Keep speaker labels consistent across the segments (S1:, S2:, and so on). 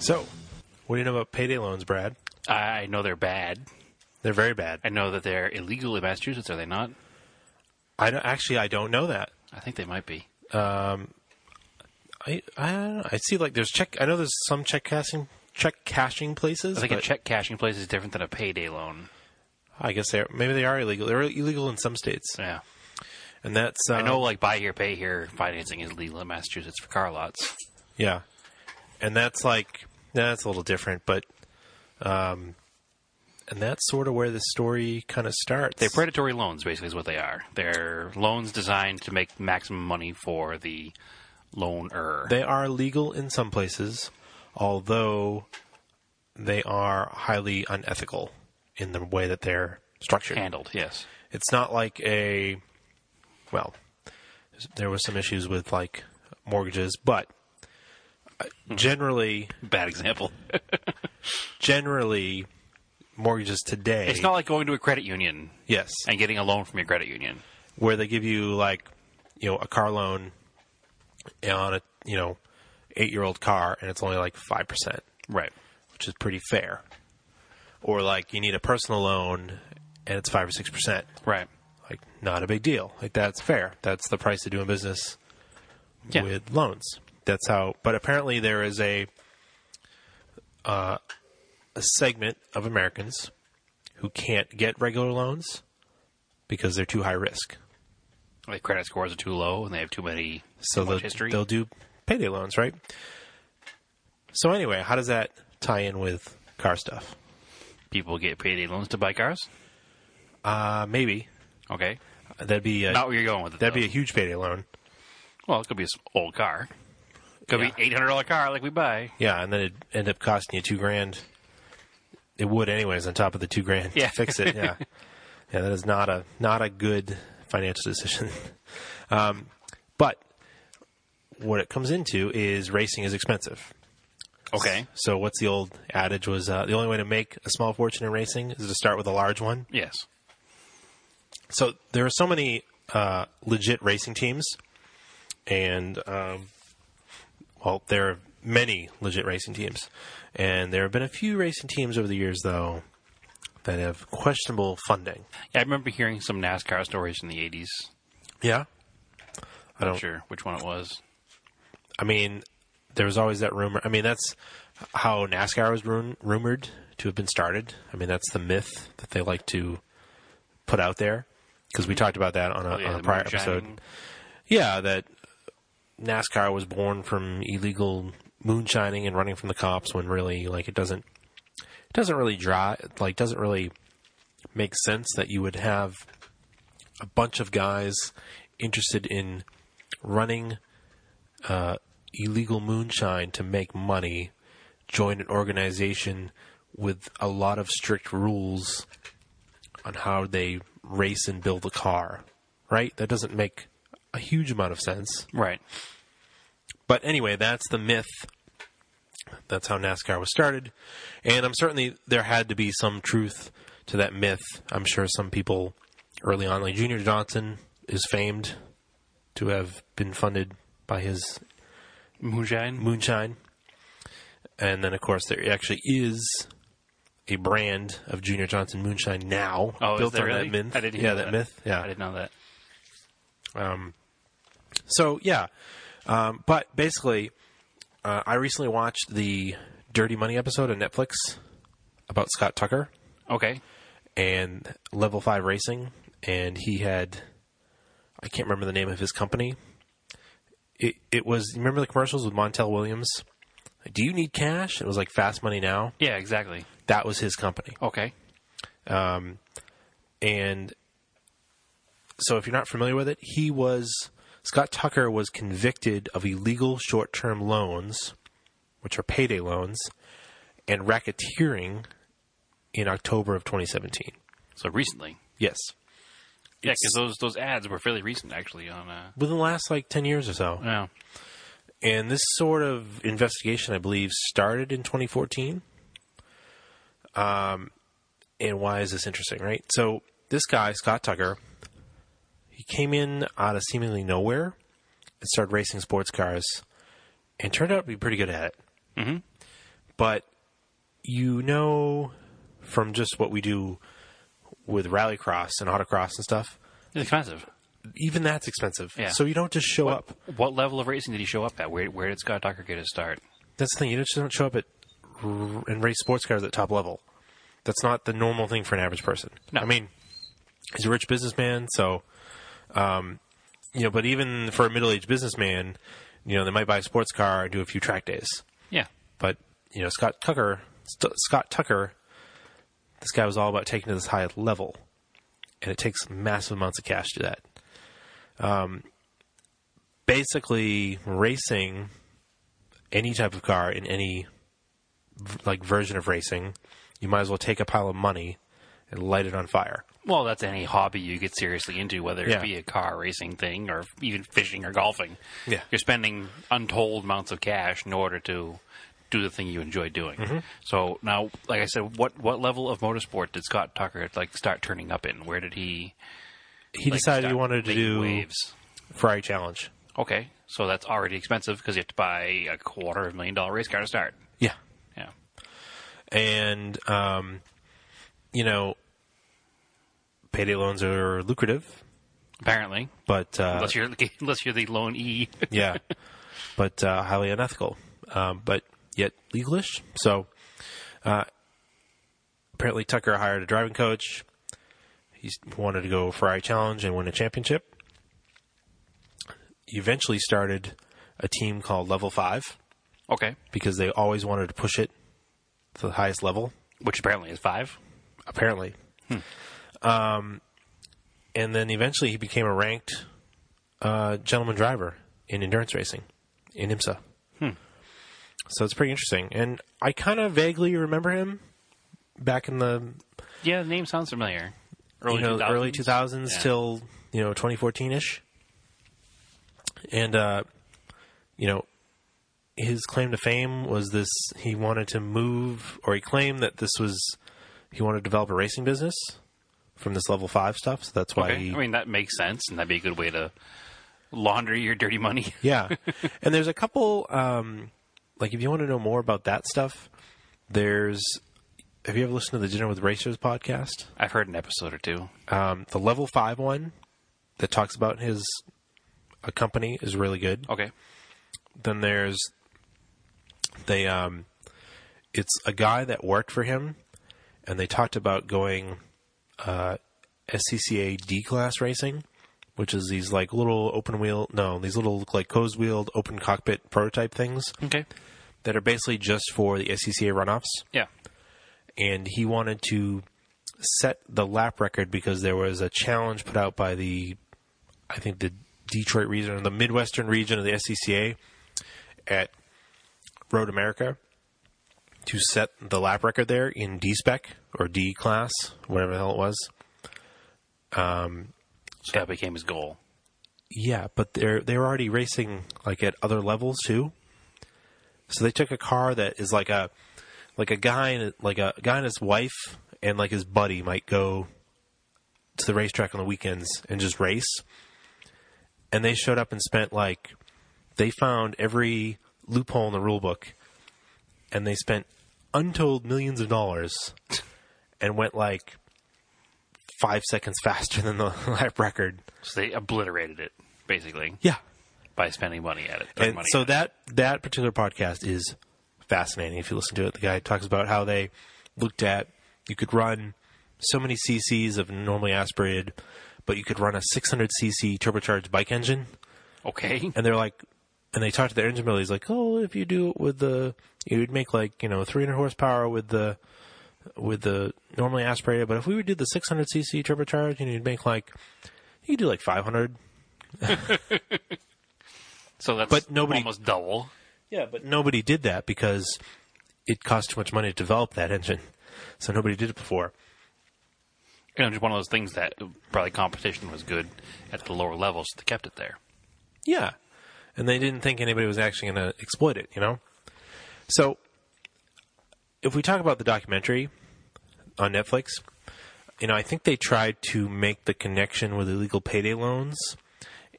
S1: So, what do you know about payday loans, Brad?
S2: I know they're bad.
S1: They're very bad.
S2: I know that they're illegal in Massachusetts. Are they not?
S1: I don't, actually I don't know that.
S2: I think they might be.
S1: I I, don't know. I see like there's check. I know there's some check cashing check cashing places.
S2: I think a
S1: but
S2: check cashing place is different than a payday loan.
S1: I guess they're maybe they are illegal. They're illegal in some states,
S2: Yeah.
S1: and that's um,
S2: I know, like buy here, pay here financing is legal in Massachusetts for car lots.
S1: Yeah, and that's like that's a little different, but um, and that's sort of where the story kind of starts.
S2: They're predatory loans, basically, is what they are. They're loans designed to make maximum money for the loaner.
S1: They are legal in some places, although they are highly unethical in the way that they're structured.
S2: handled, yes.
S1: it's not like a well there was some issues with like mortgages but uh,
S2: Hmm.
S1: generally
S2: Bad example.
S1: generally mortgages today
S2: It's not like going to a credit union
S1: yes
S2: and getting a loan from your credit union.
S1: where they give you like you know a car loan on a you know 8 year old car and it's only like 5%
S2: Right.
S1: which is pretty fair or like you need a personal loan and it's 5 or 6%
S2: Right.
S1: like not a big deal. Like that's fair. That's the price of doing business
S2: Yeah.
S1: with loans. That's how. But apparently there is a uh, a segment of Americans who can't get regular loans because they're too high risk.
S2: Like credit scores are too low and they have too many
S1: So
S2: too much
S1: they'll,
S2: history.
S1: they'll do payday loans, right? So anyway, how does that tie in with car stuff?
S2: People get payday loans to buy cars.
S1: Uh, maybe
S2: Okay.
S1: that'd be a,
S2: Not where you're going with it.
S1: that'd
S2: though.
S1: be a huge payday loan.
S2: well, it could be an old car. Could
S1: Yeah.
S2: be eight hundred dollar car like we buy.
S1: Yeah, and then it'd end up costing you two grand. It would anyways, on top of the two grand
S2: Yeah.
S1: to fix it. Yeah. yeah, that is not a not a good financial decision. um, but what it comes into is racing is expensive.
S2: Okay.
S1: So what's the old adage was uh, the only way to make a small fortune in racing is to start with a large one.
S2: Yes.
S1: So there are so many uh, legit racing teams, and um, well, there are many legit racing teams, and there have been a few racing teams over the years though that have questionable funding.
S2: Yeah, I remember hearing some NASCAR stories in the eighties.
S1: Yeah, I
S2: Not
S1: don't.
S2: sure which one it was.
S1: I mean, there was always that rumor. I mean, that's how NASCAR was rum- rumored to have been started. I mean, that's the myth that they like to put out there because we talked about that on a,
S2: Oh, Yeah,
S1: Uh, on a
S2: the
S1: prior
S2: moonshine.
S1: episode. Yeah, that NASCAR was born from illegal moonshining and running from the cops when really like it doesn't it doesn't really dry like doesn't really make sense that you would have a bunch of guys interested in running uh, illegal moonshine to make money join an organization with a lot of strict rules on how they race and build a car right that doesn't make a huge amount of sense
S2: Right.
S1: but anyway, that's the myth. That's how NASCAR was started. And I'm certainly there had to be some truth to that myth. I'm sure some people early on, like Junior Johnson is famed to have been funded by his
S2: Moonshine.
S1: moonshine. And then, of course, there actually is a brand of Junior Johnson moonshine now
S2: Oh,
S1: built
S2: is there
S1: on
S2: really?
S1: that myth.
S2: I didn't
S1: yeah,
S2: hear
S1: that,
S2: that.
S1: myth. Yeah,
S2: I didn't know that.
S1: So yeah, um, but basically, uh, I recently watched the Dirty Money episode on Netflix about Scott Tucker
S2: Okay.
S1: and Level Five Racing, and he had I can't remember the name of his company. It it was you remember the commercials with Montel Williams. Do you need cash? It was like Fast Money Now.
S2: Yeah, exactly.
S1: That was his company.
S2: Okay.
S1: and so if you're not familiar with it, he was Scott Tucker was convicted of illegal short-term loans, which are payday loans, and racketeering in October of 2017.
S2: So recently.
S1: Yes,
S2: Yeah, because those those ads were fairly recent actually on uh
S1: within the last like 10 years or so.
S2: yeah.
S1: And this sort of investigation, I believe, started in 2014. Um, and why is this interesting, right? So this guy, Scott Tucker, he came in out of seemingly nowhere and started racing sports cars and turned out to be pretty good at it. Mm-hmm. But you know from just what we do with rallycross and autocross and stuff,
S2: It's expensive.
S1: even that's expensive.
S2: Yeah.
S1: So you don't just show up.
S2: What level of racing did he show up at? Where where did Scott Docker get his start?
S1: That's the thing. You just don't show up at r- and race sports cars at top level. That's not the normal thing for an average person.
S2: No.
S1: I mean, he's a rich businessman, so um, you know. But even for a middle-aged businessman, you know, they might buy a sports car and do a few track days.
S2: Yeah,
S1: But you know, Scott Tucker, St- Scott Tucker, this guy was all about taking to this high level, and it takes massive amounts of cash to do that. Um, basically, racing any type of car in any v- like version of racing, you might as well take a pile of money and light it on fire.
S2: Well, that's any hobby you get seriously into, whether
S1: Yeah.
S2: it be a car racing thing or even fishing or golfing.
S1: Yeah.
S2: You're spending untold amounts of cash in order to do the thing you enjoy doing.
S1: Mm-hmm.
S2: So now, like I said, what what level of motorsport did Scott Tucker like start turning up in? Where did he?
S1: He
S2: like,
S1: decided he
S2: start
S1: wanted to
S2: making
S1: do
S2: waves.
S1: Ferrari Challenge.
S2: Okay, so that's already expensive because you have to buy a quarter of a million dollar race car to start.
S1: Yeah,
S2: Yeah.
S1: and um, you know, payday loans are lucrative,
S2: Apparently,
S1: but uh,
S2: unless you're unless you're the lone E.
S1: yeah, but uh, highly unethical, um, but yet legalish. So uh, apparently, Tucker hired a driving coach. He wanted to go Ferrari Challenge and win a championship. He eventually started a team called Level Five
S2: okay,
S1: because they always wanted to push it to the highest level.
S2: which apparently is five.
S1: apparently. Um, and then eventually he became a ranked uh, gentleman driver in endurance racing in IMSA. So it's pretty interesting. And I kind of vaguely remember him back in the
S2: Yeah, the name sounds familiar.
S1: you know, early 2000s
S2: Yeah.
S1: till, you know, 2014-ish. And, uh, you know, his claim to fame was this, he wanted to move, or he claimed that this was, he wanted to develop a racing business from this level five stuff. So that's why
S2: Okay.
S1: he,
S2: I mean, that makes sense, and that'd be a good way to launder your dirty money.
S1: yeah. and there's a couple, um, like if you want to know more about that stuff, there's, have you ever listened to the Dinner with Racers podcast?
S2: I've heard an episode or two.
S1: Um, the level five one that talks about his a company is really good.
S2: Okay.
S1: Then there's they um, it's a guy that worked for him, and they talked about going uh, SCCA D class racing, which is these like little open wheel no these little like closed wheeled open cockpit prototype things
S2: Okay.
S1: that are basically just for the SCCA runoffs
S2: Yeah.
S1: and he wanted to set the lap record because there was a challenge put out by the, I think the Detroit region or the Midwestern region of the SCCA at Road America to set the lap record there in D spec or D class, whatever the hell it was.
S2: So that became his goal.
S1: Yeah, but they're they were already racing like at other levels too. So they took a car that is like a like a guy and like a guy and his wife and like his buddy might go to the racetrack on the weekends and just race. And they showed up and spent like they found every loophole in the rule book and they spent untold millions of dollars and went like five seconds faster than the lap record.
S2: So they obliterated it basically
S1: Yeah.
S2: by spending money at it. throwing
S1: And
S2: money
S1: so
S2: at
S1: that that particular podcast is fascinating. If you listen to it, the guy talks about how they looked at you could run so many CCs of normally aspirated, but you could run a 600 CC turbocharged bike engine,
S2: it. okay.
S1: and they're like, and they talked to their engine builder. He's like, oh, if you do it with the, you'd make like you know 300 horsepower with the with the normally aspirated, but if we would do the 600 cc turbocharged, you know, you'd make like you could do like 500
S2: So that's
S1: But nobody-
S2: almost double.
S1: Yeah, but nobody did that because it cost too much money to develop that engine. So nobody did it before.
S2: You know, just one of those things that probably competition was good at the lower levels. So they kept it there.
S1: Yeah. And they didn't think anybody was actually going to exploit it, you know? So if we talk about the documentary on Netflix, you know, I think they tried to make the connection with illegal payday loans.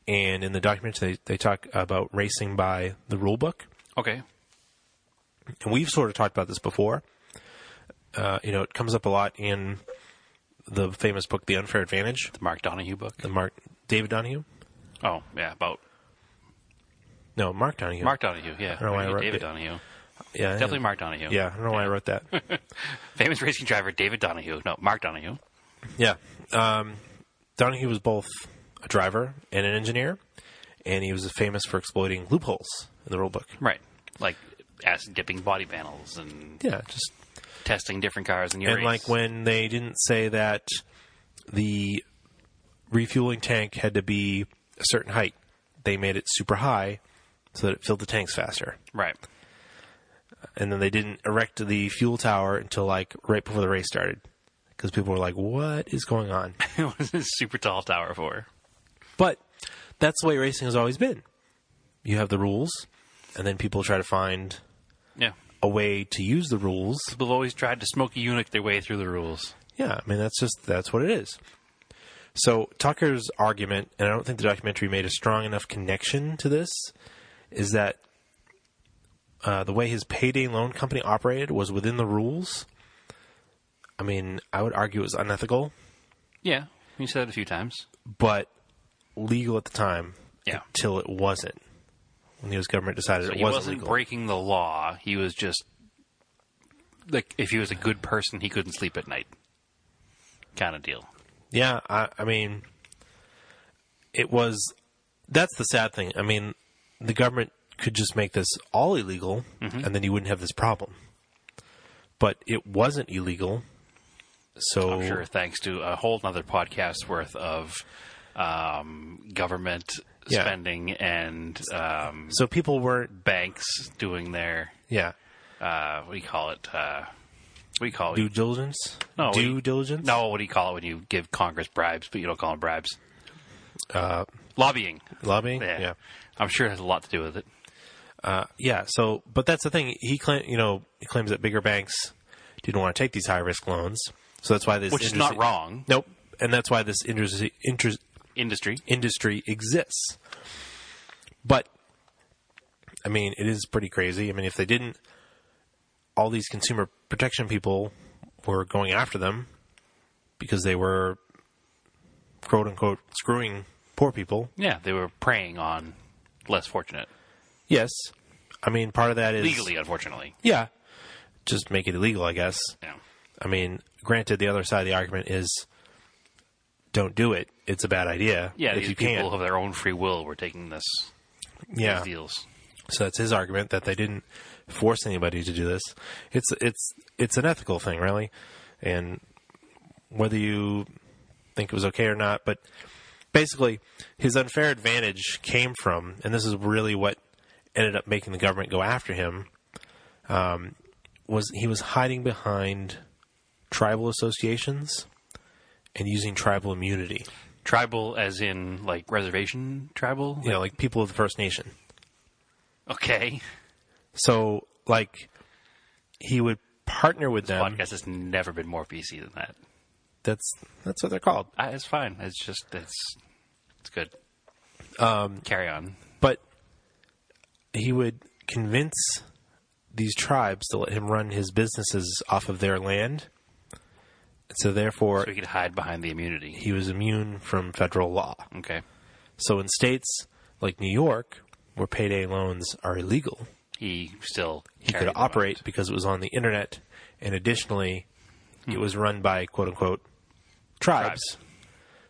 S1: And in the documentary, they, they talk about racing by the rule book.
S2: Okay.
S1: and we've sort of talked about this before. Uh, you know, it comes up a lot in the famous book, The Unfair Advantage,
S2: The Mark Donahue book.
S1: the Mark David Donahue.
S2: Oh, yeah, about
S1: No, Mark Donahue.
S2: Mark Donahue. Yeah,
S1: don't know why I wrote
S2: David
S1: it.
S2: Donahue.
S1: yeah,
S2: Definitely Mark Donahue.
S1: Yeah, I don't know why I wrote that.
S2: Famous racing driver David Donahue. No, Mark Donahue.
S1: Yeah. Um, Donahue was both a driver and an engineer, and he was famous for exploiting loopholes in the rule book.
S2: Right. Like acid dipping body panels and
S1: Yeah, just
S2: testing different cars in your
S1: and
S2: race.
S1: like when they didn't say that the refueling tank had to be a certain height, they made it super high so that it filled the tanks faster.
S2: right.
S1: And then they didn't erect the fuel tower until like right before the race started because people were like, "What is going on?"
S2: it was a super tall tower for.
S1: But that's the way racing has always been. You have the rules, and then people try to find
S2: Yeah.
S1: a way to use the rules.
S2: People have always tried to smoke a eunuch their way through the rules.
S1: Yeah, I mean that's just that's what it is. So Tucker's argument, and I don't think the documentary made a strong enough connection to this, is that uh, the way his payday loan company operated was within the rules. I mean, I would argue it was unethical,
S2: Yeah. You said it a few times.
S1: but legal at the time.
S2: Yeah.
S1: Until it wasn't, when the U.S. government decided it
S2: he
S1: wasn't,
S2: wasn't
S1: legal.
S2: breaking the law. He was just like if he was a good person, he couldn't sleep at night. Kind of deal.
S1: Yeah, I, I mean, it was. That's the sad thing. I mean, the government could just make this all illegal,
S2: Mm-hmm.
S1: and then you wouldn't have this problem. But it wasn't illegal, so
S2: I'm sure, thanks to a whole nother podcast worth of um, government
S1: Yeah.
S2: spending and um,
S1: so people weren't.
S2: banks doing their
S1: Yeah,
S2: uh, what do you call it? Uh, what do you call it?
S1: due diligence.
S2: No,
S1: due
S2: we-
S1: diligence.
S2: No, what do you call it when you give Congress bribes, but you don't call them bribes? Uh, Lobbying.
S1: lobbying.
S2: Yeah.
S1: yeah.
S2: I'm sure it has a lot to do with it.
S1: Yeah, so but that's the thing. He claim you know he claims that bigger banks didn't want to take these high risk loans, so that's why this
S2: Which is not wrong.
S1: Nope, and that's why this industry interest
S2: Industry.
S1: industry exists. But I mean, it is pretty crazy. I mean, if they didn't, all these consumer protection people were going after them because they were quote unquote screwing poor people.
S2: Yeah, they were preying on less fortunate.
S1: Yes, I mean part of that is
S2: Legally, unfortunately.
S1: Yeah, just make it illegal, I guess.
S2: Yeah.
S1: I mean, granted, the other side of the argument is don't do it. It's a bad idea.
S2: Yeah,
S1: if
S2: these
S1: you
S2: people
S1: can't.
S2: of their own free will were taking this
S1: yeah.
S2: these deals.
S1: So that's his argument that they didn't force anybody to do this. It's it's it's an ethical thing, really, and whether you think it was okay or not, but basically, his unfair advantage came from, and this is really what ended up making the government go after him. Um, was he was hiding behind tribal associations and using tribal immunity?
S2: Tribal, as in like reservation tribal.
S1: You know, like people of the First Nation.
S2: Okay,
S1: So like he would partner with them.
S2: podcast has never been more PC than that.
S1: That's that's what they're called.
S2: I, Uh, it's fine. It's just it's it's good. Um, Carry on.
S1: But he would convince these tribes to let him run his businesses off of their land. So therefore
S2: So we could hide behind the immunity.
S1: he was immune from federal law.
S2: Okay,
S1: So in states like New York where payday loans are illegal,
S2: he still
S1: he could operate because it was on the internet and additionally it was run by quote unquote Hmm. tribes.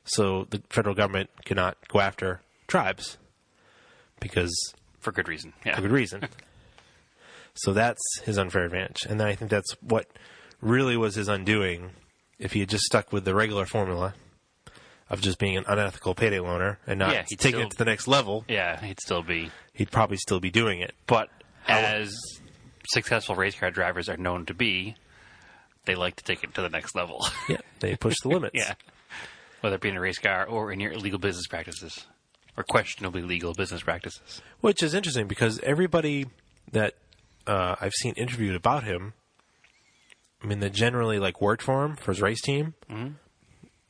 S1: So the federal government could not go after tribes because
S2: for good reason. Yeah,
S1: for good reason. so that's his unfair advantage. And then I think that's what really was his undoing if he had just stuck with the regular formula of just being an unethical payday loaner and not
S2: Yeah, he'd
S1: taking
S2: still-
S1: it to the next level,
S2: yeah, he'd still be.
S1: he'd probably still be doing it.
S2: But as successful race car drivers are known to be, they like to take it to the next level.
S1: Yeah. They push the limits.
S2: yeah, whether it be in a race car or in your illegal business practices or questionably legal business practices.
S1: Which is interesting because everybody that uh, I've seen interviewed about him, I mean, that generally like worked for him for his race team. Mm-hmm.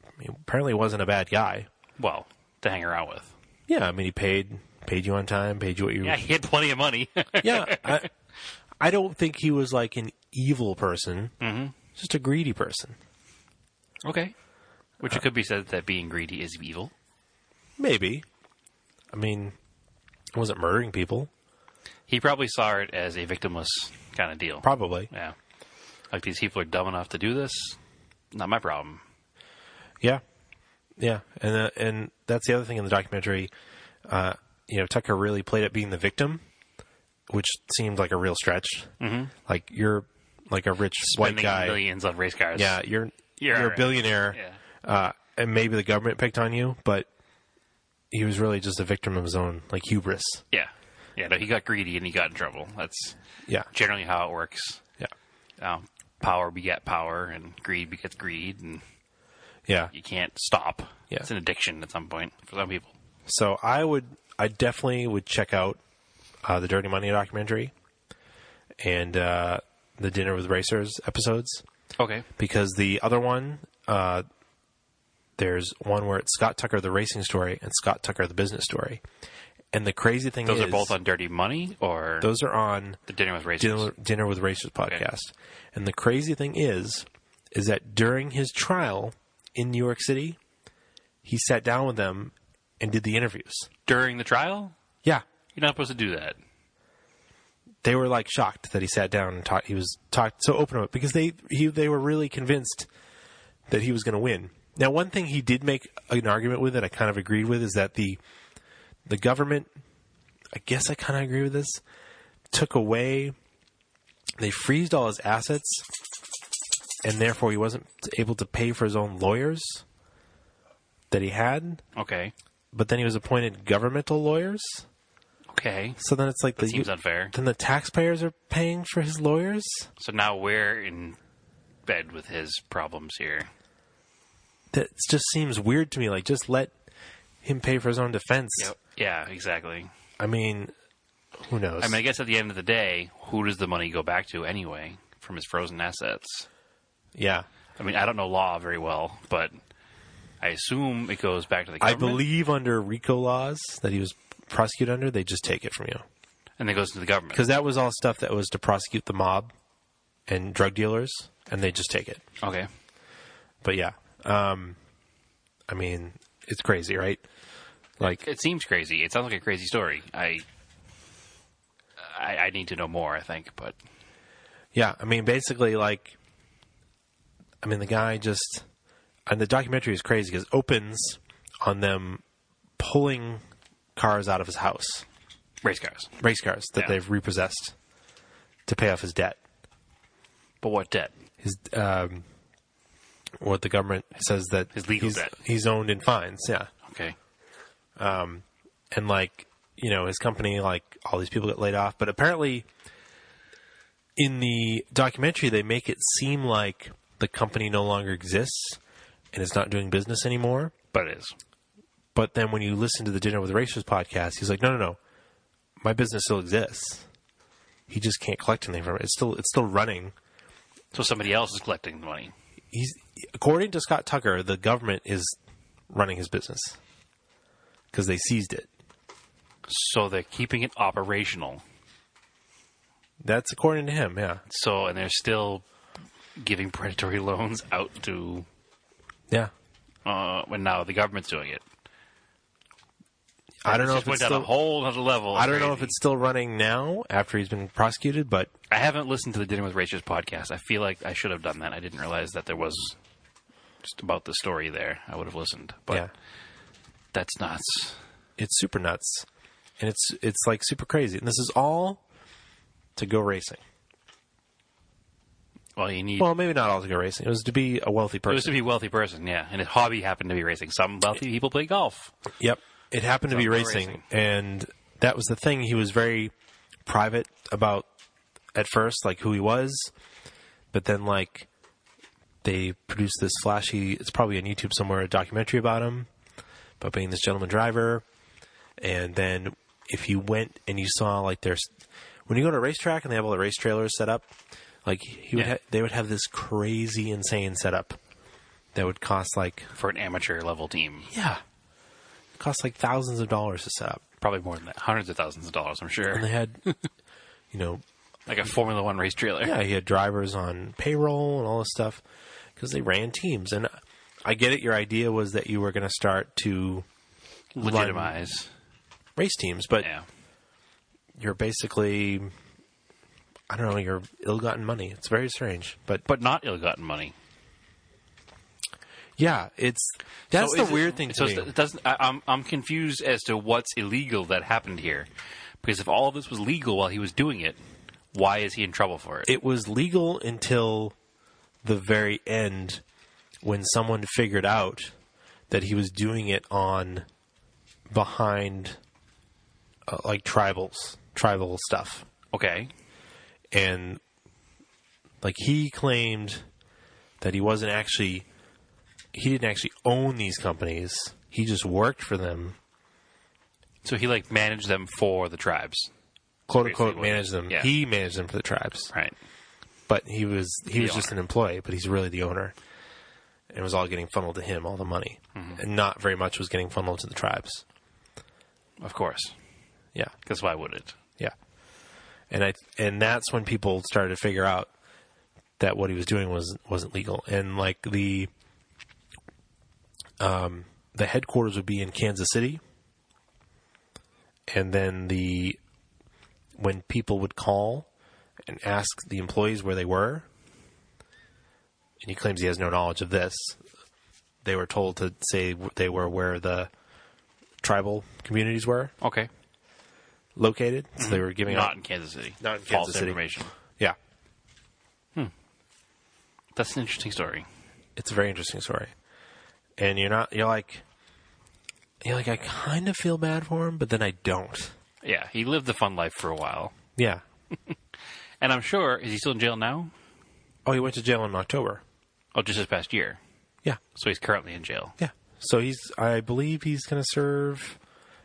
S1: I mean, apparently, wasn't a bad guy.
S2: Well, to hang around with.
S1: Yeah, I mean, he paid paid you on time, paid you what you
S2: Yeah, he had plenty of money.
S1: yeah, I, I don't think he was like an evil person, mm-hmm. just a greedy person.
S2: Okay. Which it could be said that being greedy is evil.
S1: Maybe. I mean, he wasn't murdering people,
S2: He probably saw it as a victimless kind of deal.
S1: probably.
S2: Yeah. Like these people are dumb enough to do this. Not my problem.
S1: Yeah, yeah, and uh, and that's the other thing in the documentary. Uh, you know, Tucker really played at being the victim, which seemed like a real stretch. Mm-hmm. Like you're like a rich
S2: Spending
S1: white guy.
S2: millions on race cars.
S1: Yeah, you're
S2: You're
S1: you're,
S2: alright.
S1: a billionaire,
S2: Yeah.
S1: uh, and maybe the government picked on you, but he was really just a victim of his own like hubris.
S2: Yeah. Yeah. No, he got greedy and he got in trouble. That's
S1: Yeah,
S2: generally how it works.
S1: yeah,
S2: Um, power beget power, and greed begets greed, and
S1: yeah.
S2: you can't stop.
S1: Yeah.
S2: It's an addiction at some point for some people.
S1: So I would, I definitely would check out uh, the Dirty Money documentary and uh, the Dinner with Racers episodes.
S2: Okay.
S1: because the other one, uh, there's one where it's Scott Tucker the racing story and Scott Tucker the business story. And the crazy thing
S2: Those
S1: is,
S2: are both on Dirty Money or
S1: those are on
S2: the Dinner with Racers.
S1: Dinner, Dinner with Racers podcast. And the crazy thing is, is that during his trial in New York City, he sat down with them and did the interviews.
S2: During the trial,
S1: Yeah,
S2: you're not supposed to do that.
S1: they were like shocked that he sat down and talked. He was talked so open about it because they he they were really convinced that he was going to win. Now, one thing he did make an argument with that I kind of agreed with is that the the government, I guess I kind of agree with this, took away they freezed all his assets, and therefore he wasn't able to pay for his own lawyers that he had.
S2: Okay.
S1: But then he was appointed governmental lawyers,
S2: Okay.
S1: so then it's like the
S2: Seems unfair.
S1: then the taxpayers are paying for his lawyers.
S2: So now we're in bed with his problems here.
S1: That just seems weird to me. Like, just let him pay for his own defense.
S2: Yeah, exactly.
S1: I mean, who knows?
S2: I mean, I guess at the end of the day, who does the money go back to anyway from his frozen assets?
S1: yeah.
S2: I mean, I don't know law very well, but I assume it goes back to the
S1: I
S2: government.
S1: believe under RICO laws that he was prosecuted under, they just take it from you
S2: and it goes to the government.
S1: because that was all stuff that was to prosecute the mob and drug dealers, and they just take it.
S2: Okay.
S1: But yeah, um, I mean, it's crazy, right? Like,
S2: It seems crazy. It sounds like a crazy story. I, I, I need to know more. I think, but
S1: Yeah, I mean, basically, like, I mean, the guy just, and the documentary is crazy because it opens on them pulling cars out of his house,
S2: race cars.
S1: race cars that
S2: Yeah.
S1: they've repossessed to pay off his debt.
S2: But what debt?
S1: His, um, what the government says that
S2: His legal
S1: he's,
S2: debt.
S1: he's owned in fines, yeah,
S2: Okay.
S1: and like you know his company, like all these people get laid off, but apparently in the documentary they make it seem like the company no longer exists and it's not doing business anymore.
S2: But it is.
S1: But then when you listen to the Dinner with Racers podcast, he's like, no, no, no, my business still exists. He just can't collect anything from it. It's still it's still running.
S2: So somebody else is collecting the money.
S1: He's according to Scott Tucker, the government is running his business because they seized it.
S2: So they're keeping it operational.
S1: That's according to him. Yeah,
S2: So and they're still giving predatory loans out to.
S1: yeah.
S2: Uh, and now the government's doing it.
S1: I don't
S2: It
S1: know
S2: just
S1: if
S2: went
S1: it's
S2: down
S1: still
S2: a whole other level. of
S1: I don't know if
S2: crazy.
S1: it's still running now after he's been prosecuted, but
S2: I haven't listened to the Dinner with Racers podcast. I feel like I should have done that. I didn't realize that there was just about the story there. I would have listened, but
S1: yeah,
S2: that's nuts.
S1: it's super nuts, and it's it's like super crazy. And this is all to go racing.
S2: Well, you need.
S1: Well, maybe not all to go racing. It was to be a wealthy
S2: it was to
S1: person.
S2: be a wealthy person, yeah. And his hobby happened to be racing. Some wealthy people play golf.
S1: yep, it happened to be
S2: go
S1: racing,
S2: racing.
S1: and that was the thing. He was very private about at first, like who he was, but then like they produced this flashy. It's probably on YouTube somewhere, a documentary about him, about being this gentleman driver. and then if you went and you saw like there's when you go to a racetrack and they have all the race trailers set up, like he would
S2: Yeah.
S1: ha- they would have this crazy insane setup that would cost like
S2: for an amateur level team.
S1: yeah, cost like thousands of dollars to set up.
S2: Probably more than that. Hundreds of thousands of dollars, I'm sure.
S1: And they had you know
S2: like a Formula One race trailer.
S1: Yeah, he had drivers on payroll and all this stuff because they ran teams. And I get it. Your idea was that you were going to start to
S2: Legitimize.
S1: race teams, but
S2: Yeah.
S1: you're basically, I don't know, you're ill-gotten money. It's very strange, but
S2: But not ill-gotten money.
S1: yeah, it's that's
S2: So
S1: the
S2: Oh, is it-
S1: weird thing to
S2: So
S1: me.
S2: it's- it doesn't. I, I'm I'm confused as to what's illegal that happened here, because if all of this was legal while he was doing it, why is he in trouble for it?
S1: it was legal until the very end when someone figured out that he was doing it on behind uh, like tribals, tribal stuff.
S2: okay.
S1: and like he claimed that he wasn't actually he didn't actually own these companies he just worked for them
S2: So he like managed them for the tribes,
S1: quote unquote
S2: Basically what-
S1: managed them
S2: yeah.
S1: he managed them for the tribes
S2: right?
S1: but he was he
S2: The
S1: was just an
S2: owner.
S1: employee but he's really the owner and it was all getting funneled to him all the money
S2: Mm-hmm.
S1: and not very much was getting funneled to the tribes
S2: Of course,
S1: yeah
S2: because why would it?
S1: yeah and i and that's when people started to figure out that what he was doing was wasn't legal and like the um the headquarters would be in Kansas City and then the when people would call and ask the employees where they were and he claims he has no knowledge of this they were told to say they were where the tribal communities were
S2: Okay,
S1: located so they were giving out
S2: not in Kansas City.
S1: Not in
S2: False
S1: Kansas City.
S2: information.
S1: Yeah,
S2: That's an interesting story.
S1: it's a very interesting story, and you're not you're like you're like I kind of feel bad for him, but then I don't.
S2: Yeah, he lived the fun life for a while,
S1: Yeah.
S2: and I'm sure is he still in jail now?
S1: Oh, he went to jail in October.
S2: Oh, just this past year.
S1: Yeah,
S2: So he's currently in jail.
S1: yeah. So he's I believe he's going to serve.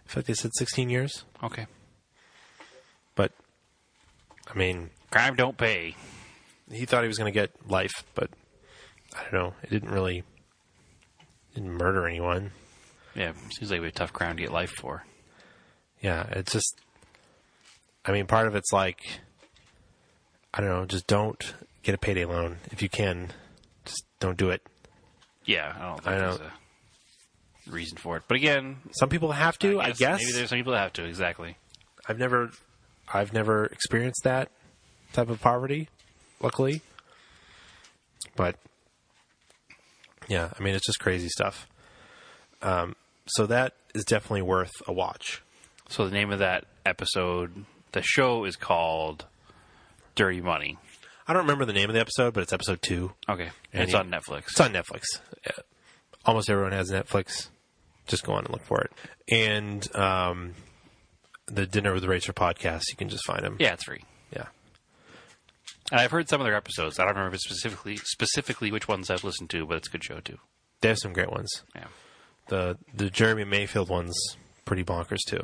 S1: In fact, they said 16 years,
S2: Okay.
S1: but I mean,
S2: Crime don't pay.
S1: he thought he was going to get life, but I don't know. It didn't really didn't murder anyone.
S2: Yeah, seems like we have a tough crime to get life for.
S1: Yeah, it's just. I mean, part of it's like, I don't know, just don't get a payday loan if you can. Just don't do it.
S2: Yeah, I don't think
S1: I
S2: there's
S1: don't-
S2: a reason for it. But again,
S1: Some people have to, I guess.
S2: maybe there's some people that have to exactly.
S1: I've never, I've never experienced that type of poverty, luckily. But yeah, I mean, it's just crazy stuff. Um, so that is definitely worth a watch.
S2: So the name of that episode, the show is called Dirty Money.
S1: I don't remember the name of the episode, but it's episode two.
S2: Okay,
S1: And
S2: it's
S1: you-
S2: on Netflix.
S1: It's on Netflix. Yeah. Almost everyone has Netflix. Just go on and look for it. And um, the Dinner with the Racer podcast, you can just find them.
S2: yeah, it's free.
S1: Yeah.
S2: And I've heard some of their episodes. I don't remember specifically specifically which ones I've listened to, but it's a good show too.
S1: They have some great ones.
S2: Yeah,
S1: The the Jeremy Mayfield one's pretty bonkers too.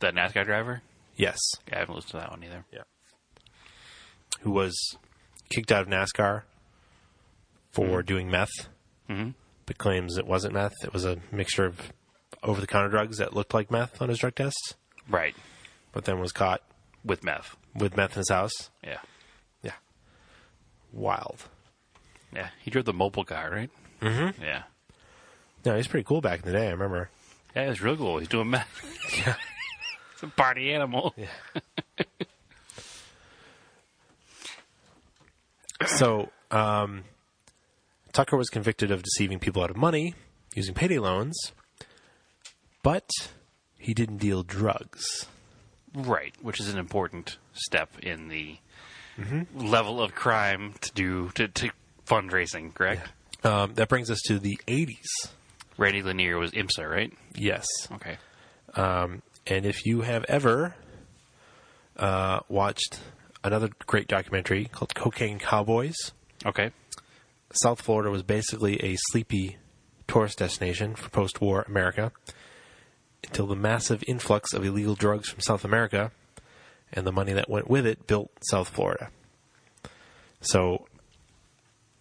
S2: the NASCAR driver.
S1: Yes.
S2: Yeah, I haven't listened to that one either.
S1: Yeah. Who was kicked out of NASCAR for doing meth, but claims it wasn't meth. It was a mixture of over the counter drugs that looked like meth on his drug test,
S2: Right,
S1: but then was caught
S2: with meth.
S1: with meth in his house.
S2: Yeah,
S1: Yeah. Wild.
S2: yeah. He drove the mobile car, right? Mm-hmm. Yeah,
S1: No, he's pretty cool back in the day. I remember.
S2: yeah. It's real cool. He's doing meth. it's a party animal.
S1: So, um, Tucker was convicted of deceiving people out of money using payday loans, but he didn't deal drugs.
S2: Right, which is an important step in the
S1: Mm-hmm.
S2: level of crime to do to, to fundraising, correct?
S1: Um, that brings us to the 80s.
S2: Randy Lanier was IMSA, right?
S1: Yes.
S2: Okay.
S1: And if you have ever uh, watched another great documentary called Cocaine Cowboys,
S2: Okay.
S1: South Florida was basically a sleepy tourist destination for post war America until the massive influx of illegal drugs from South America and the money that went with it built South Florida. So,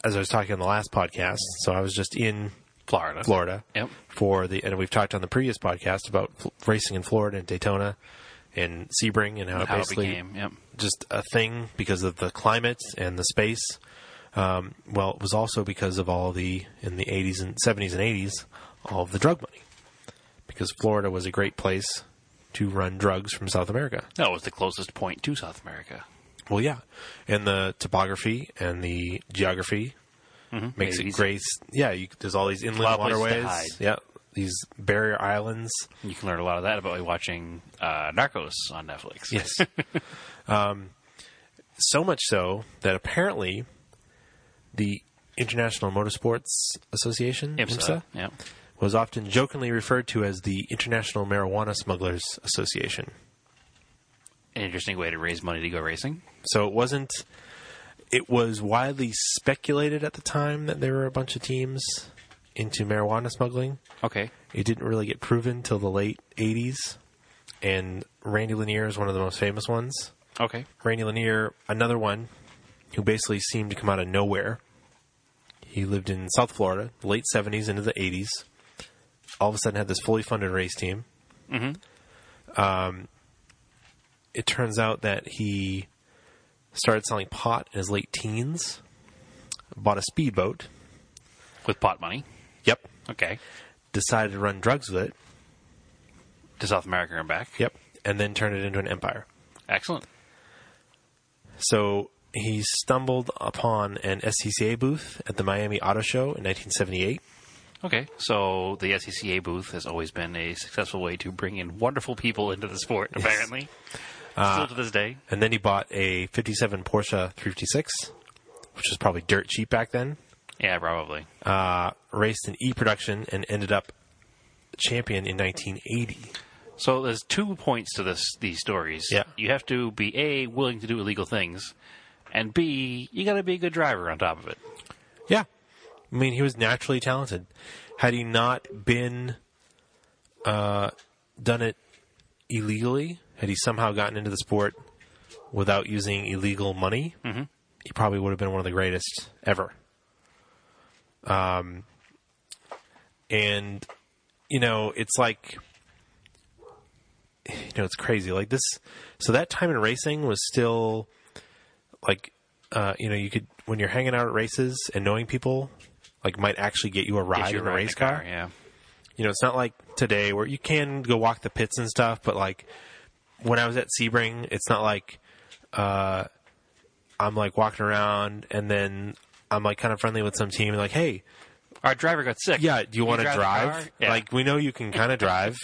S1: as I was talking on the last podcast, so I was just in
S2: Florida.
S1: Florida
S2: Yep.
S1: for the, and we've talked on the previous podcast about fl- racing in Florida and Daytona and Sebring and how it
S2: how it
S1: Uh, basically
S2: became. Yep.
S1: just a thing because of the climate and the space. Um, well, it was also because of all the in the 80s and 70s and 80s, all of the drug money, because Florida was a great place to run drugs from South America.
S2: No, it was the closest point to South America.
S1: Well, yeah, and the topography and the geography makes
S2: Made it
S1: it
S2: easy.
S1: great. Yeah, you, there's all these inland
S2: lot of Mm-hmm. places to
S1: waterways.
S2: hide.
S1: Yeah, these barrier islands.
S2: You can learn a lot of that by watching uh, Narcos on Netflix.
S1: Yes. um, so much so that apparently the International Motorsports Association
S2: IMSA.
S1: IMSA,
S2: Yeah.
S1: was often jokingly referred to as the International Marijuana Smugglers Association.
S2: An interesting way to raise money to go racing.
S1: So it wasn't. It was widely speculated at the time that there were a bunch of teams into marijuana smuggling.
S2: Okay.
S1: It didn't really get proven till the late 80s, and Randy Lanier is one of the most famous ones.
S2: Okay.
S1: Randy Lanier, another one who basically seemed to come out of nowhere. He lived in South Florida, late 70s into the 80s. All of a sudden had this fully funded race team. Um, Mm-hmm. it turns out that he started selling pot in his late teens, bought a speedboat.
S2: With pot money.
S1: Yep.
S2: Okay.
S1: Decided to run drugs with it.
S2: To South America and back.
S1: Yep. And then turned it into an empire.
S2: Excellent.
S1: So he stumbled upon an SCCA booth at the Miami Auto Show in 1978.
S2: Okay. So the SCCA booth has always been a successful way to bring in wonderful people into the sport, apparently.
S1: Uh,
S2: Still to this day.
S1: And then he bought a 57 Porsche 356, which was probably dirt cheap back then.
S2: Yeah, probably.
S1: Uh, raced in E production and ended up champion in 1980.
S2: So there's two points to this these stories.
S1: Yeah.
S2: You have to be A, willing to do illegal things, and B, you gotta be a good driver on top of it.
S1: Yeah. I mean, he was naturally talented. Had he not been uh, done it illegally, had he somehow gotten into the sport without using illegal money, he probably would have been one of the greatest ever. Um, and you know, it's like you know, it's crazy. Like this, so that time in racing was still like uh, you know, you could when you're hanging out at races and knowing people, like might actually get you a ride
S2: If you're
S1: in a
S2: riding
S1: race
S2: a
S1: car.
S2: Yeah.
S1: You know, it's not like today where you can go walk the pits and stuff, but like when I was at Sebring, it's not like uh, I'm like walking around and then I'm like kind of friendly with some team and like, hey,
S2: Our driver got sick.
S1: yeah, do you want to
S2: drive
S1: drive?
S2: the car? Yeah.
S1: Like we know you can kind of drive.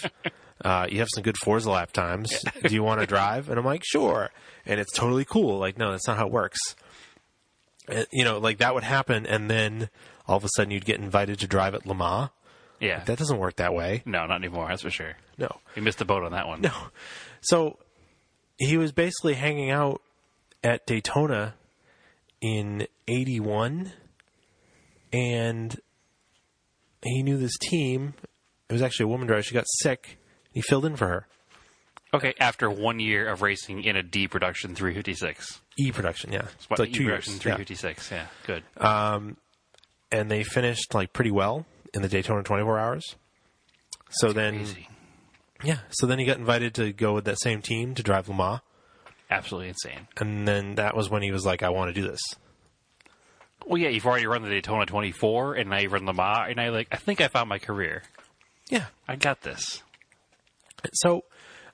S1: Uh, you have some good Forza lap times. Do you want to drive? And I'm like, sure. And it's totally cool. Like, no, that's not how it works. Uh, you know, like that would happen, and then all of a sudden you'd get invited to drive at Lamar.
S2: Yeah.
S1: That doesn't work that way.
S2: no, not anymore. That's for sure.
S1: No.
S2: We missed the boat on that one.
S1: No. So he was basically hanging out at Daytona in 81 and he knew this team. It was actually a woman driver. She got sick. He filled in for her.
S2: Okay, after one year of racing in a D production 356.
S1: E production, yeah. It's
S2: What,
S1: like
S2: E
S1: two years.
S2: production
S1: yeah. Um,
S2: 356, yeah. Good.
S1: And they finished like pretty well in the Daytona 24 hours. So then,
S2: Easy.
S1: yeah. So then he got invited to go with that same team to drive Lamar.
S2: Absolutely insane.
S1: And then that was when he was like, I want to do this.
S2: Well, yeah, you've already run the Daytona 24, and now you run Lamar, and I like, I think I found my career.
S1: Yeah.
S2: I got this.
S1: So,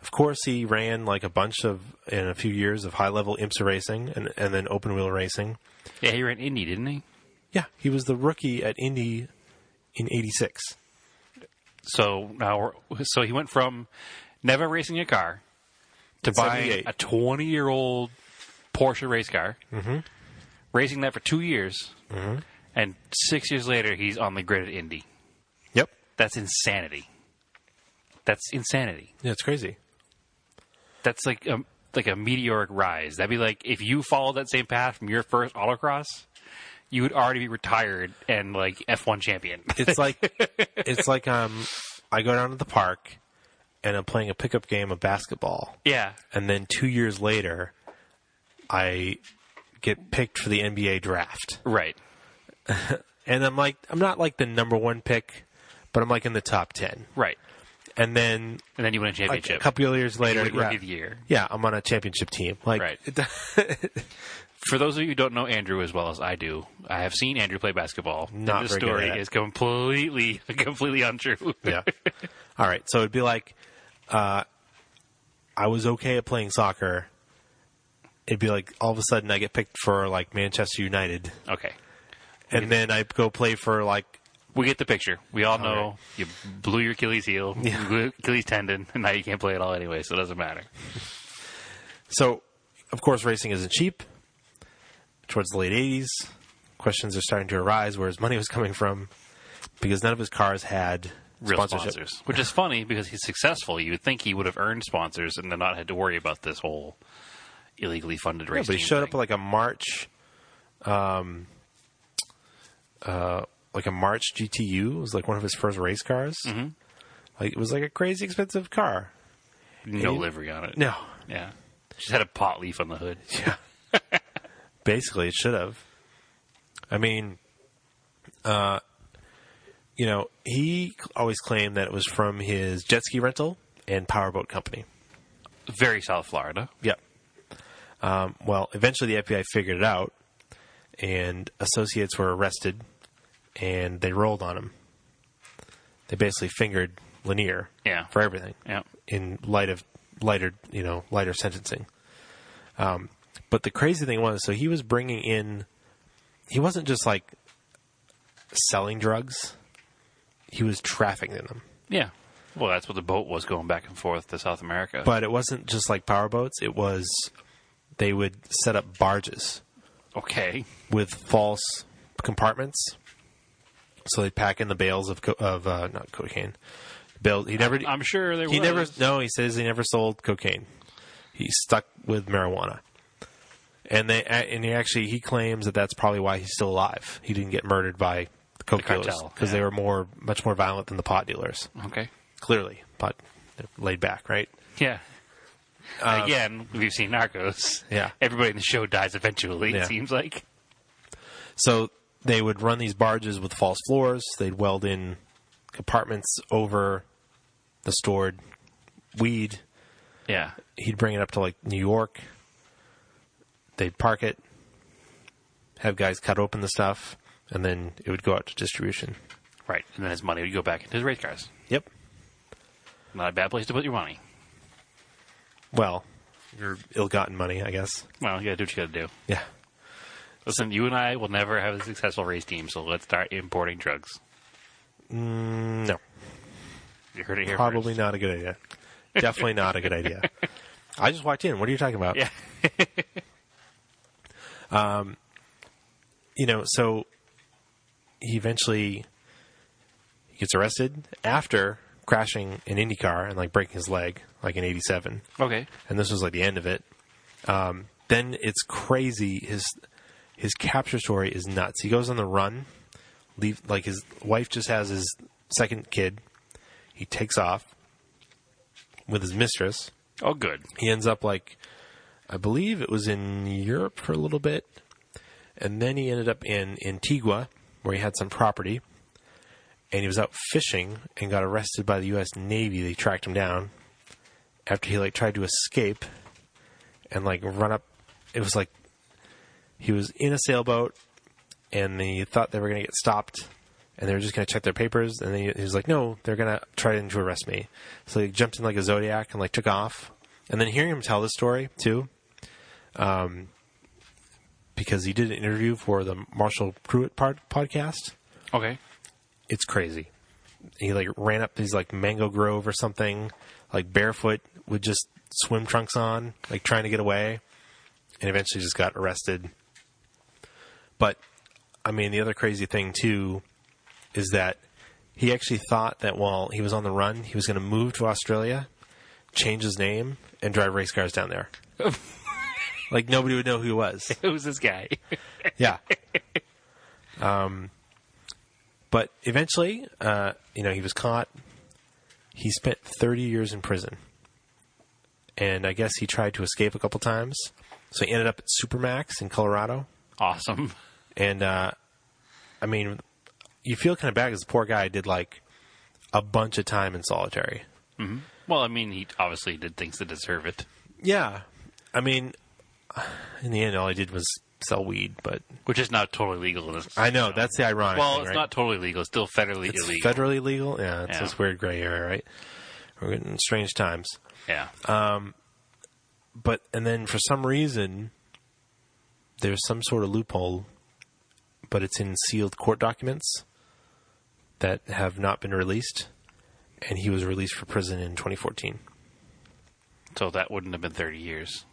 S1: of course, he ran like a bunch of in a few years of high level IMSA racing and and then open wheel racing.
S2: Yeah, he ran Indy, didn't he?
S1: Yeah, he was the rookie at Indy in '86.
S2: So now, we're, so he went from never racing a car to
S1: In
S2: buying
S1: 78.
S2: a 20 year old Porsche race car, mm-hmm. racing that for two years, and six years later, he's on the grid at Indy.
S1: Yep,
S2: That's insanity. That's insanity.
S1: yeah, it's crazy.
S2: That's like a, like a meteoric rise. That'd be like if you followed that same path from your first autocross, you would already be retired and like F1 champion.
S1: It's like it's like um, I go down to the park and I'm playing a pickup game of basketball,
S2: yeah.
S1: and then two years later, I get picked for the NBA draft,
S2: Right.
S1: and I'm like, I'm not like the number one pick, but I'm like in the top ten.
S2: Right.
S1: and then
S2: and then you win a
S1: like, a
S2: championship.
S1: couple of years later,
S2: You win
S1: yeah,
S2: rookie of the year.
S1: yeah, I'm on a championship team. Like,
S2: Right.
S1: it-
S2: For those of you who don't know Andrew as well as I do, I have seen Andrew play basketball.
S1: Not
S2: and this
S1: very good
S2: story
S1: at it.
S2: is completely, completely untrue.
S1: yeah. All right. So it'd be like, uh, I was okay at playing soccer. It'd be like all of a sudden I get picked for like Manchester United,
S2: Okay,
S1: and then I go play for like
S2: we get the picture. We all know you blew your Achilles heel, you blew Achilles tendon, and now you can't play at all anyway, so it doesn't matter.
S1: So, of course, racing isn't cheap. Towards the late 80s, questions are starting to arise where his money was coming from because none of his cars had
S2: Real
S1: sponsorship.
S2: sponsors, which is funny because he's successful. You would think he would have earned sponsors and then not had to worry about this whole illegally funded
S1: Yeah,
S2: race.
S1: but he
S2: team
S1: showed
S2: thing.
S1: up with, like a March, um, uh, like a March GTU. It was like one of his first race cars. Like it was like a crazy expensive car.
S2: no livery on it.
S1: No,
S2: Yeah. Just had a pot leaf on the hood.
S1: Yeah. Basically, it should have. I mean, uh, you know, he always claimed that it was from his jet ski rental and powerboat company.
S2: Very South Florida.
S1: Yep. Um, well, eventually the FBI figured it out, and associates were arrested, and they rolled on him. They basically fingered Lanier
S2: Yeah.
S1: for everything
S2: Yeah.
S1: in light of lighter, you know, lighter sentencing. Um, but the crazy thing was, so he was bringing in, he wasn't just like selling drugs; he was trafficking in them.
S2: Yeah. Well, that's what the boat was going back and forth to South America.
S1: But it wasn't just like powerboats; it was they would set up barges
S2: okay.
S1: with false compartments. So they would pack in the bales of co- of uh, not cocaine. Bales. He never.
S2: I'm sure there
S1: He
S2: was.
S1: never. No, he says he never sold cocaine. He stuck with marijuana. And they and he actually he claims that that's probably why he's still alive. He didn't get murdered by the coke
S2: cartel,
S1: dealers because they
S2: yeah.
S1: were more much more violent than the pot dealers.
S2: Okay.
S1: Clearly, pot they're laid back, right?
S2: Yeah. Again, we've seen Narcos.
S1: Uh, Yeah.
S2: Everybody in the show dies eventually,
S1: Yeah.
S2: it seems like.
S1: So they would run these barges with false floors. They'd weld in compartments over the stored weed.
S2: Yeah.
S1: he'd bring it up to like New York. They'd park it, have guys cut open the stuff, and then it would go out to distribution.
S2: Right. And then his money would go back into his race cars.
S1: Yep.
S2: Not a bad place to put your money.
S1: Well, your ill-gotten money, I guess.
S2: Well, you gotta do what you gotta do.
S1: Yeah.
S2: Listen, you and I will never have a successful race team, so let's start importing drugs.
S1: No,
S2: You heard it here
S1: probably
S2: first.
S1: not a good idea. Definitely not a good idea. I just walked in. What are you talking about?
S2: Yeah.
S1: You know, so he eventually gets arrested after crashing an IndyCar and like breaking his leg, like in '87.
S2: Okay.
S1: and this was like the end of it. Um, then it's crazy. His his capture story is nuts. He goes on the run, leave like his wife just has his second kid. He takes off with his mistress.
S2: Oh, good.
S1: He ends up like I believe it was in Europe for a little bit, and then he ended up in Antigua where he had some property. And he was out fishing and got arrested by the U.S. Navy. They tracked him down after he like tried to escape and like run up. It was like he was in a sailboat and they thought they were going to get stopped and they were just going to check their papers. And then he, he was like, no, they're going to try to arrest me. So he jumped in like a Zodiac and like took off. And then hearing him tell this story too, um, because he did an interview for the Marshall Pruitt pod- podcast
S2: Okay.
S1: it's crazy. He like ran up these like mango grove or something, like barefoot with just swim trunks on, like trying to get away, and eventually just got arrested. But I mean, the other crazy thing too is that he actually thought that while he was on the run, he was going to move to Australia, change his name, and drive race cars down there. like nobody would know who he was.
S2: Who's this guy?
S1: Yeah. um, but eventually, uh, you know, he was caught. He spent 30 years in prison. And I guess he tried to escape a couple times. So he ended up at Supermax in Colorado.
S2: awesome.
S1: And, uh, I mean, you feel kind of bad because the poor guy did like a bunch of time in solitary.
S2: Well, I mean, he obviously did things to deserve it,
S1: Yeah, I mean, in the end, all I did was sell weed, but
S2: which is not totally legal. In this,
S1: I know that's the ironic.
S2: well,
S1: thing,
S2: it's
S1: right?
S2: not totally legal. It's still federally
S1: It's
S2: illegal.
S1: federally legal. Yeah, it's
S2: Yeah.
S1: this weird gray area, right? We're getting in strange times.
S2: yeah.
S1: But and then for some reason, there's some sort of loophole, but it's in sealed court documents that have not been released, and he was released for prison in 2014.
S2: so that wouldn't have been 30 years.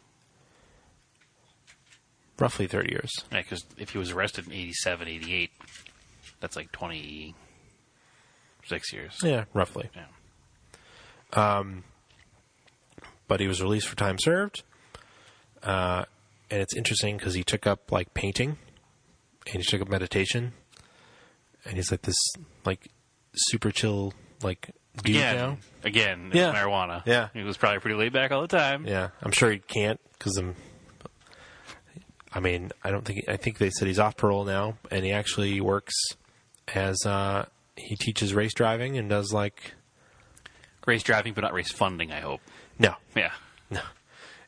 S1: Roughly 30 years.
S2: Yeah, because if he was arrested in 87, 88, that's like 26 years.
S1: Yeah, roughly.
S2: Yeah.
S1: but he was released for time served. Uh, and it's interesting because he took up like painting, and he took up meditation, and he's like this like super chill like dude
S2: Again,
S1: now.
S2: again, it's
S1: Yeah.
S2: marijuana.
S1: Yeah.
S2: he was probably pretty laid back all the time.
S1: Yeah, I'm sure he can't because I'm. I mean, I don't think I think they said he's off parole now, and he actually works as uh, he teaches race driving and does like
S2: Race driving, but not race funding. I hope.
S1: no,
S2: Yeah,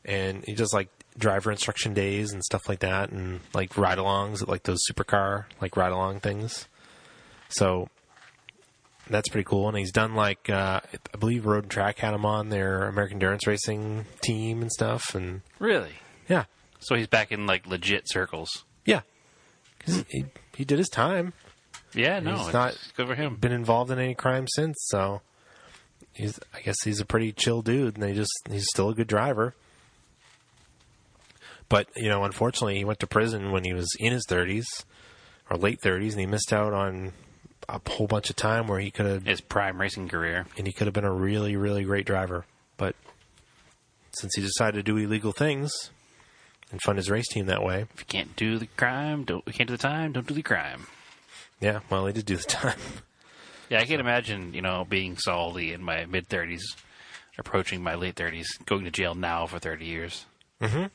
S1: and he does like driver instruction days and stuff like that, and like ride-alongs at like those supercar like ride-along things. So that's pretty cool. And he's done like uh, I believe Road and Track had him on their American endurance racing team and stuff, and
S2: really.
S1: yeah,
S2: So he's back in like legit circles.
S1: yeah, 'Cause he he did his time,
S2: Yeah, no,
S1: He's
S2: it's
S1: not-
S2: good for him.
S1: been involved in any crime since, so. He's, I guess he's a pretty chill dude, and they just he's still a good driver. But you know, unfortunately, he went to prison when he was in his thirties or late thirties, and he missed out on a whole bunch of time where he could have
S2: His prime racing career.
S1: and he could have been a really, really great driver. But since he decided to do illegal things and fund his race team that way,
S2: If you can't do the crime, don't. You can't do the time. Don't do the crime.
S1: yeah, well, he did do the time.
S2: Yeah, I can imagine. You know, being salty in my mid thirties, approaching my late thirties, going to jail now for thirty years. Mm-hmm.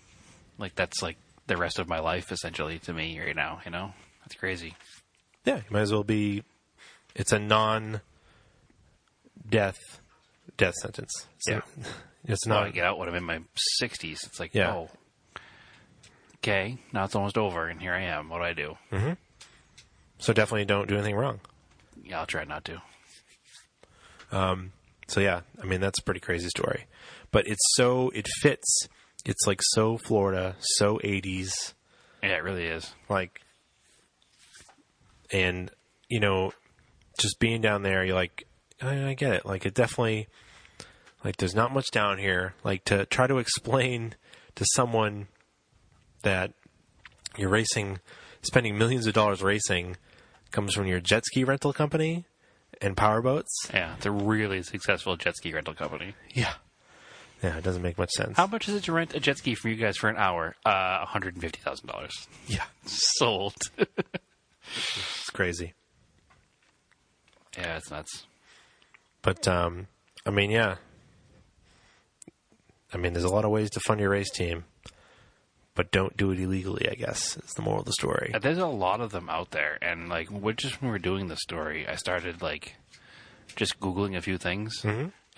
S2: Like that's like the rest of my life essentially to me right now. You know, that's crazy.
S1: Yeah, you might as well be. It's a non-death death sentence. So
S2: Yeah.
S1: it's
S2: Now I
S1: not.
S2: get out when I'm in my 60s. It's like,
S1: Yeah.
S2: oh, okay, now it's almost over, and here I am. What do I do?
S1: So definitely don't do anything wrong.
S2: Yeah, I'll try not to.
S1: So yeah, I mean that's a pretty crazy story, but it's so it fits. It's like so Florida, so eighties,
S2: Yeah, it really is.
S1: like, and you know, just being down there, you're like, I, I get it. Like it definitely, like there's not much down here. Like to try to explain to someone that you're racing, spending millions of dollars racing, comes from your jet ski rental company and power boats.
S2: Yeah, it's a really successful jet ski rental company.
S1: Yeah. Yeah, it doesn't make much sense.
S2: How much is it to rent a jet ski from you guys for an hour? Uh, $150,000.
S1: yeah,
S2: Sold.
S1: it's crazy.
S2: yeah, it's nuts.
S1: But um, I mean, yeah. I mean, there's a lot of ways to fund your race team, but don't do it illegally. I guess is the moral of the story.
S2: There's a lot of them out there, and like, we- just when we were doing the story, I started like just Googling a few things,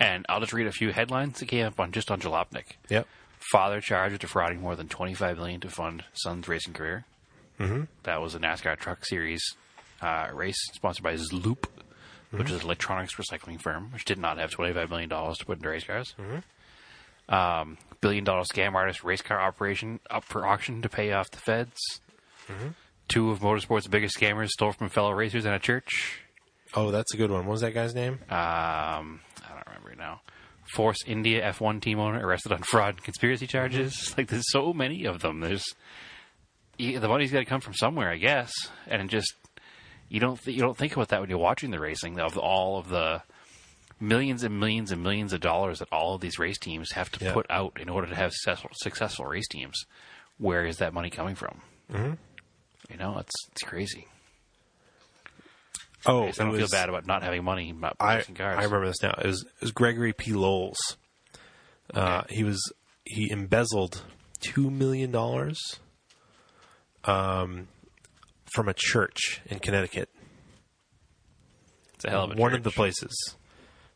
S2: and I'll just read a few headlines that came up on just on Jalopnik.
S1: Yep.
S2: Father charged with defrauding more than twenty-five million to fund son's racing career. Mm-hmm. That was a NASCAR Truck Series uh, race sponsored by Zloop, which is an electronics recycling firm, which did not have twenty-five million dollars to put into race cars. Um, billion-dollar scam artist race car operation up for auction to pay off the feds. Two of motorsport's biggest scammers stole from fellow racers in a church.
S1: Oh, that's a good one. What was that guy's name?
S2: Um, I don't remember now. Force India F1 team owner arrested on fraud and conspiracy
S1: Mm-hmm.
S2: charges. Like, there's so many of them. There's y- the money's got to come from somewhere, I guess. And it just you don't th- you don't think about that when you're watching the racing of all of the millions and millions and millions of dollars that all of these race teams have to
S1: Yeah.
S2: put out in order to have successful, successful race teams. Where is that money coming from? Mm-hmm. You know, it's it's crazy.
S1: oh,
S2: I
S1: it
S2: don't feel
S1: was-
S2: bad about not having money, not
S1: I,
S2: producing cars.
S1: I remember this now. It was, it was Gregory P. Lowell's. Uh, he was he embezzled two million dollars um, from a church in Connecticut.
S2: it's a hell of a
S1: one
S2: church.
S1: of the places.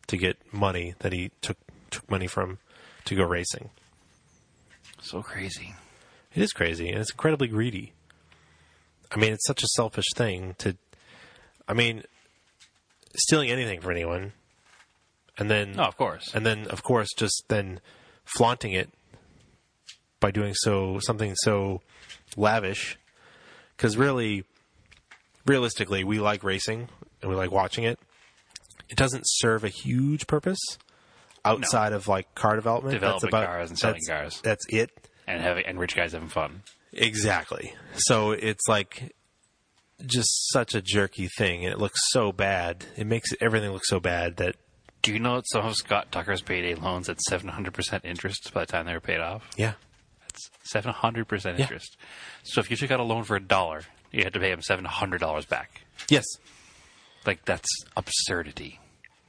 S1: to get money that he took took money from to go racing.
S2: So crazy.
S1: It is crazy, and it's incredibly greedy. I mean, it's such a selfish thing to. I mean, stealing anything from anyone, and then
S2: No, of course.
S1: and then of course just then flaunting it by doing so something so lavish because really realistically we like racing and we like watching it it doesn't serve a huge purpose outside of like car development
S2: Developing cars and selling
S1: that's-
S2: cars.
S1: that's it
S2: And have and rich guys having fun.
S1: Exactly. So it's like just such a jerky thing, and it looks so bad. It makes everything look so bad that
S2: Do you know that some of Scott Tucker's payday loans at seven hundred percent interest by the time they were paid off?
S1: yeah,
S2: That's seven hundred percent
S1: Yeah.
S2: interest. So if you took out a loan for a dollar, you had to pay him seven hundred dollars back.
S1: yes,
S2: Like that's absurdity.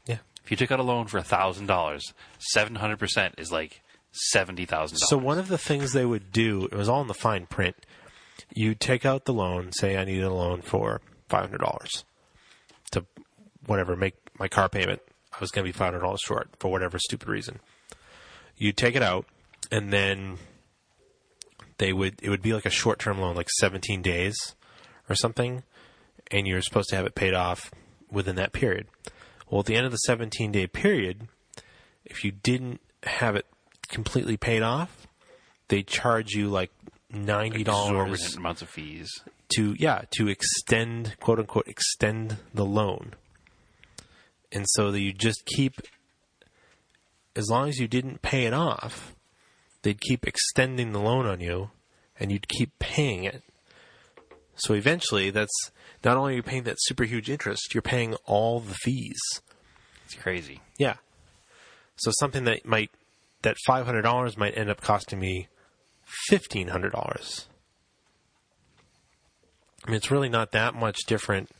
S1: yeah.
S2: If you took out a loan for thousand dollars, seven hundred percent is like seventy thousand
S1: So
S2: dollars.
S1: one of the things they would do, it was all in the fine print. You take out the loan, say I need a loan for five hundred dollars to whatever make my car payment. I was going to be five hundred dollars short for whatever stupid reason. You take it out, and then they would it would be like a short term loan, like seventeen days or something, and you're supposed to have it paid off within that period. Well, at the end of the seventeen day period, if you didn't have it completely paid off, they charge you like ninety
S2: exorbitant
S1: dollars
S2: amounts of fees.
S1: to yeah to extend quote unquote extend the loan, and so that you just keep as long as you didn't pay it off, they'd keep extending the loan on you, and you'd keep paying it. So eventually, that's not only are you paying that super huge interest, you're paying all the fees.
S2: It's crazy.
S1: Yeah. So something that might that five hundred dollars might end up costing me fifteen hundred dollars. I mean, it's really not that much different.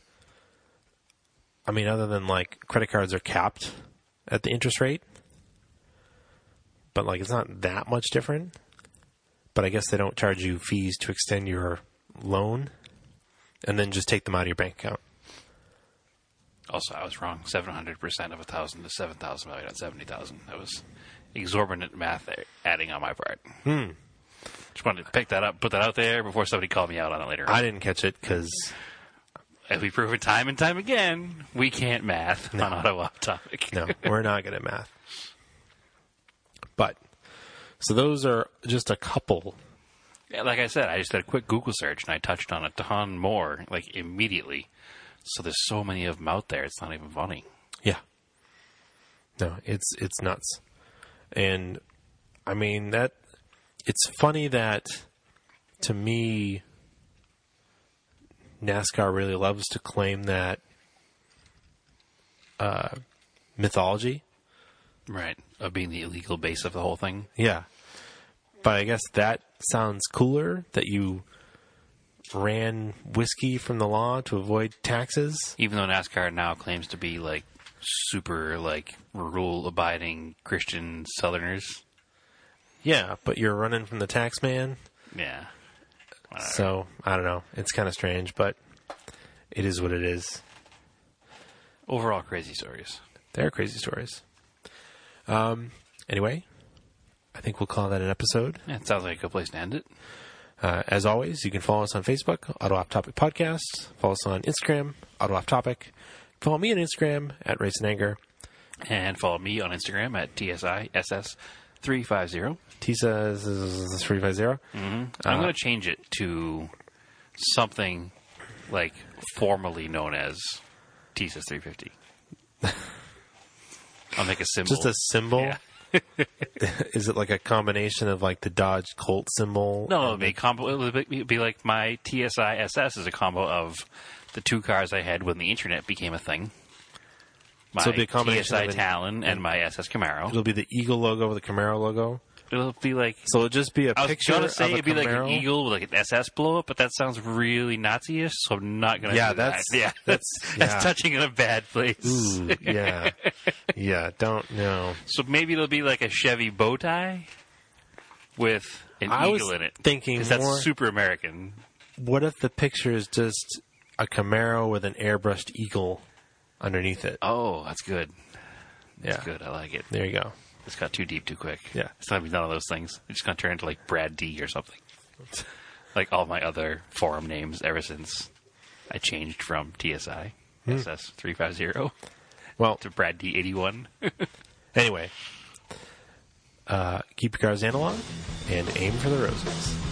S1: I mean, other than like credit cards are capped at the interest rate, but like it's not that much different. But I guess they don't charge you fees to extend your loan, and then just take them out of your bank account.
S2: Also, I was wrong. Seven hundred percent of a thousand to seven thousand, not seventy thousand. That was exorbitant math there, adding on my part. Hmm. Just wanted to pick that up, put that out there before somebody called me out on it later.
S1: I didn't catch it because
S2: As we prove it time and time again, we can't math on Ottawa topic.
S1: No, we're not good at math. But so those are just a couple.
S2: Yeah, Like I said, I just did a quick Google search and I touched on a ton more, like immediately. So there's so many of them out there, it's not even funny.
S1: Yeah. No, it's it's nuts. And I mean that it's funny that to me NASCAR really loves to claim that uh, mythology.
S2: Right. Of being the illegal base of the whole thing.
S1: Yeah. But I guess that sounds cooler that you ran whiskey from the law to avoid taxes.
S2: Even though NASCAR now claims to be like super like rule abiding Christian Southerners.
S1: Yeah, but you're running from the tax man.
S2: Yeah.
S1: So, I don't know. It's kind of strange, but it is what it is.
S2: Overall crazy stories.
S1: They're crazy stories. Um, anyway, I think we'll call that an episode.
S2: Yeah, it sounds like a good place to end it.
S1: Uh, as always, you can follow us on Facebook, Auto Off Topic Podcast. Follow us on Instagram, Auto Off Topic. Follow me on Instagram at Race and Anger.
S2: And follow me on Instagram at TSISS350.
S1: Tisa is- is is three five zero.
S2: Mm-hmm.
S1: Uh-huh.
S2: I'm going to change it to something like formally known as TSIS 350. I'll make a symbol.
S1: Just a symbol.
S2: Yeah.
S1: Is it like a combination of like the Dodge Colt symbol?
S2: No, it'll be a combo. It'll be- it'll be like my TSISS is a combo of the two cars I had when the internet became a thing. My
S1: So it'll be a combination
S2: TSI
S1: of an-
S2: Talon and my SS Camaro. It'll,
S1: It'll be the eagle logo with the Camaro logo.
S2: be like
S1: So it'll just be a
S2: I was
S1: picture
S2: gonna say
S1: of a
S2: it'd be like
S1: Camaro.
S2: an eagle with like an SS blow up, but that sounds really Nazi-ish, so I'm not gonna.
S1: Yeah,
S2: do that.
S1: that's-
S2: yeah,
S1: that's- yeah.
S2: that's touching in a bad place.
S1: Ooh, yeah, yeah. Don't know.
S2: So maybe it'll be like a Chevy bow tie with an
S1: I was
S2: eagle in it.
S1: thinking
S2: 'Cause
S1: more-
S2: that's super American.
S1: What if the picture is just a Camaro with an airbrushed eagle underneath it?
S2: Oh, that's Oh, good. It's
S1: Yeah.
S2: good. I like it.
S1: There you go.
S2: It's got too deep too quick.
S1: Yeah.
S2: It's not gonna be none of those things. It's gonna turn into like Brad D or something. like all my other forum names ever since I changed from TSI SS three five zero
S1: Well,
S2: to Brad D eighty one.
S1: anyway, uh, keep your cars analog and aim for the roses.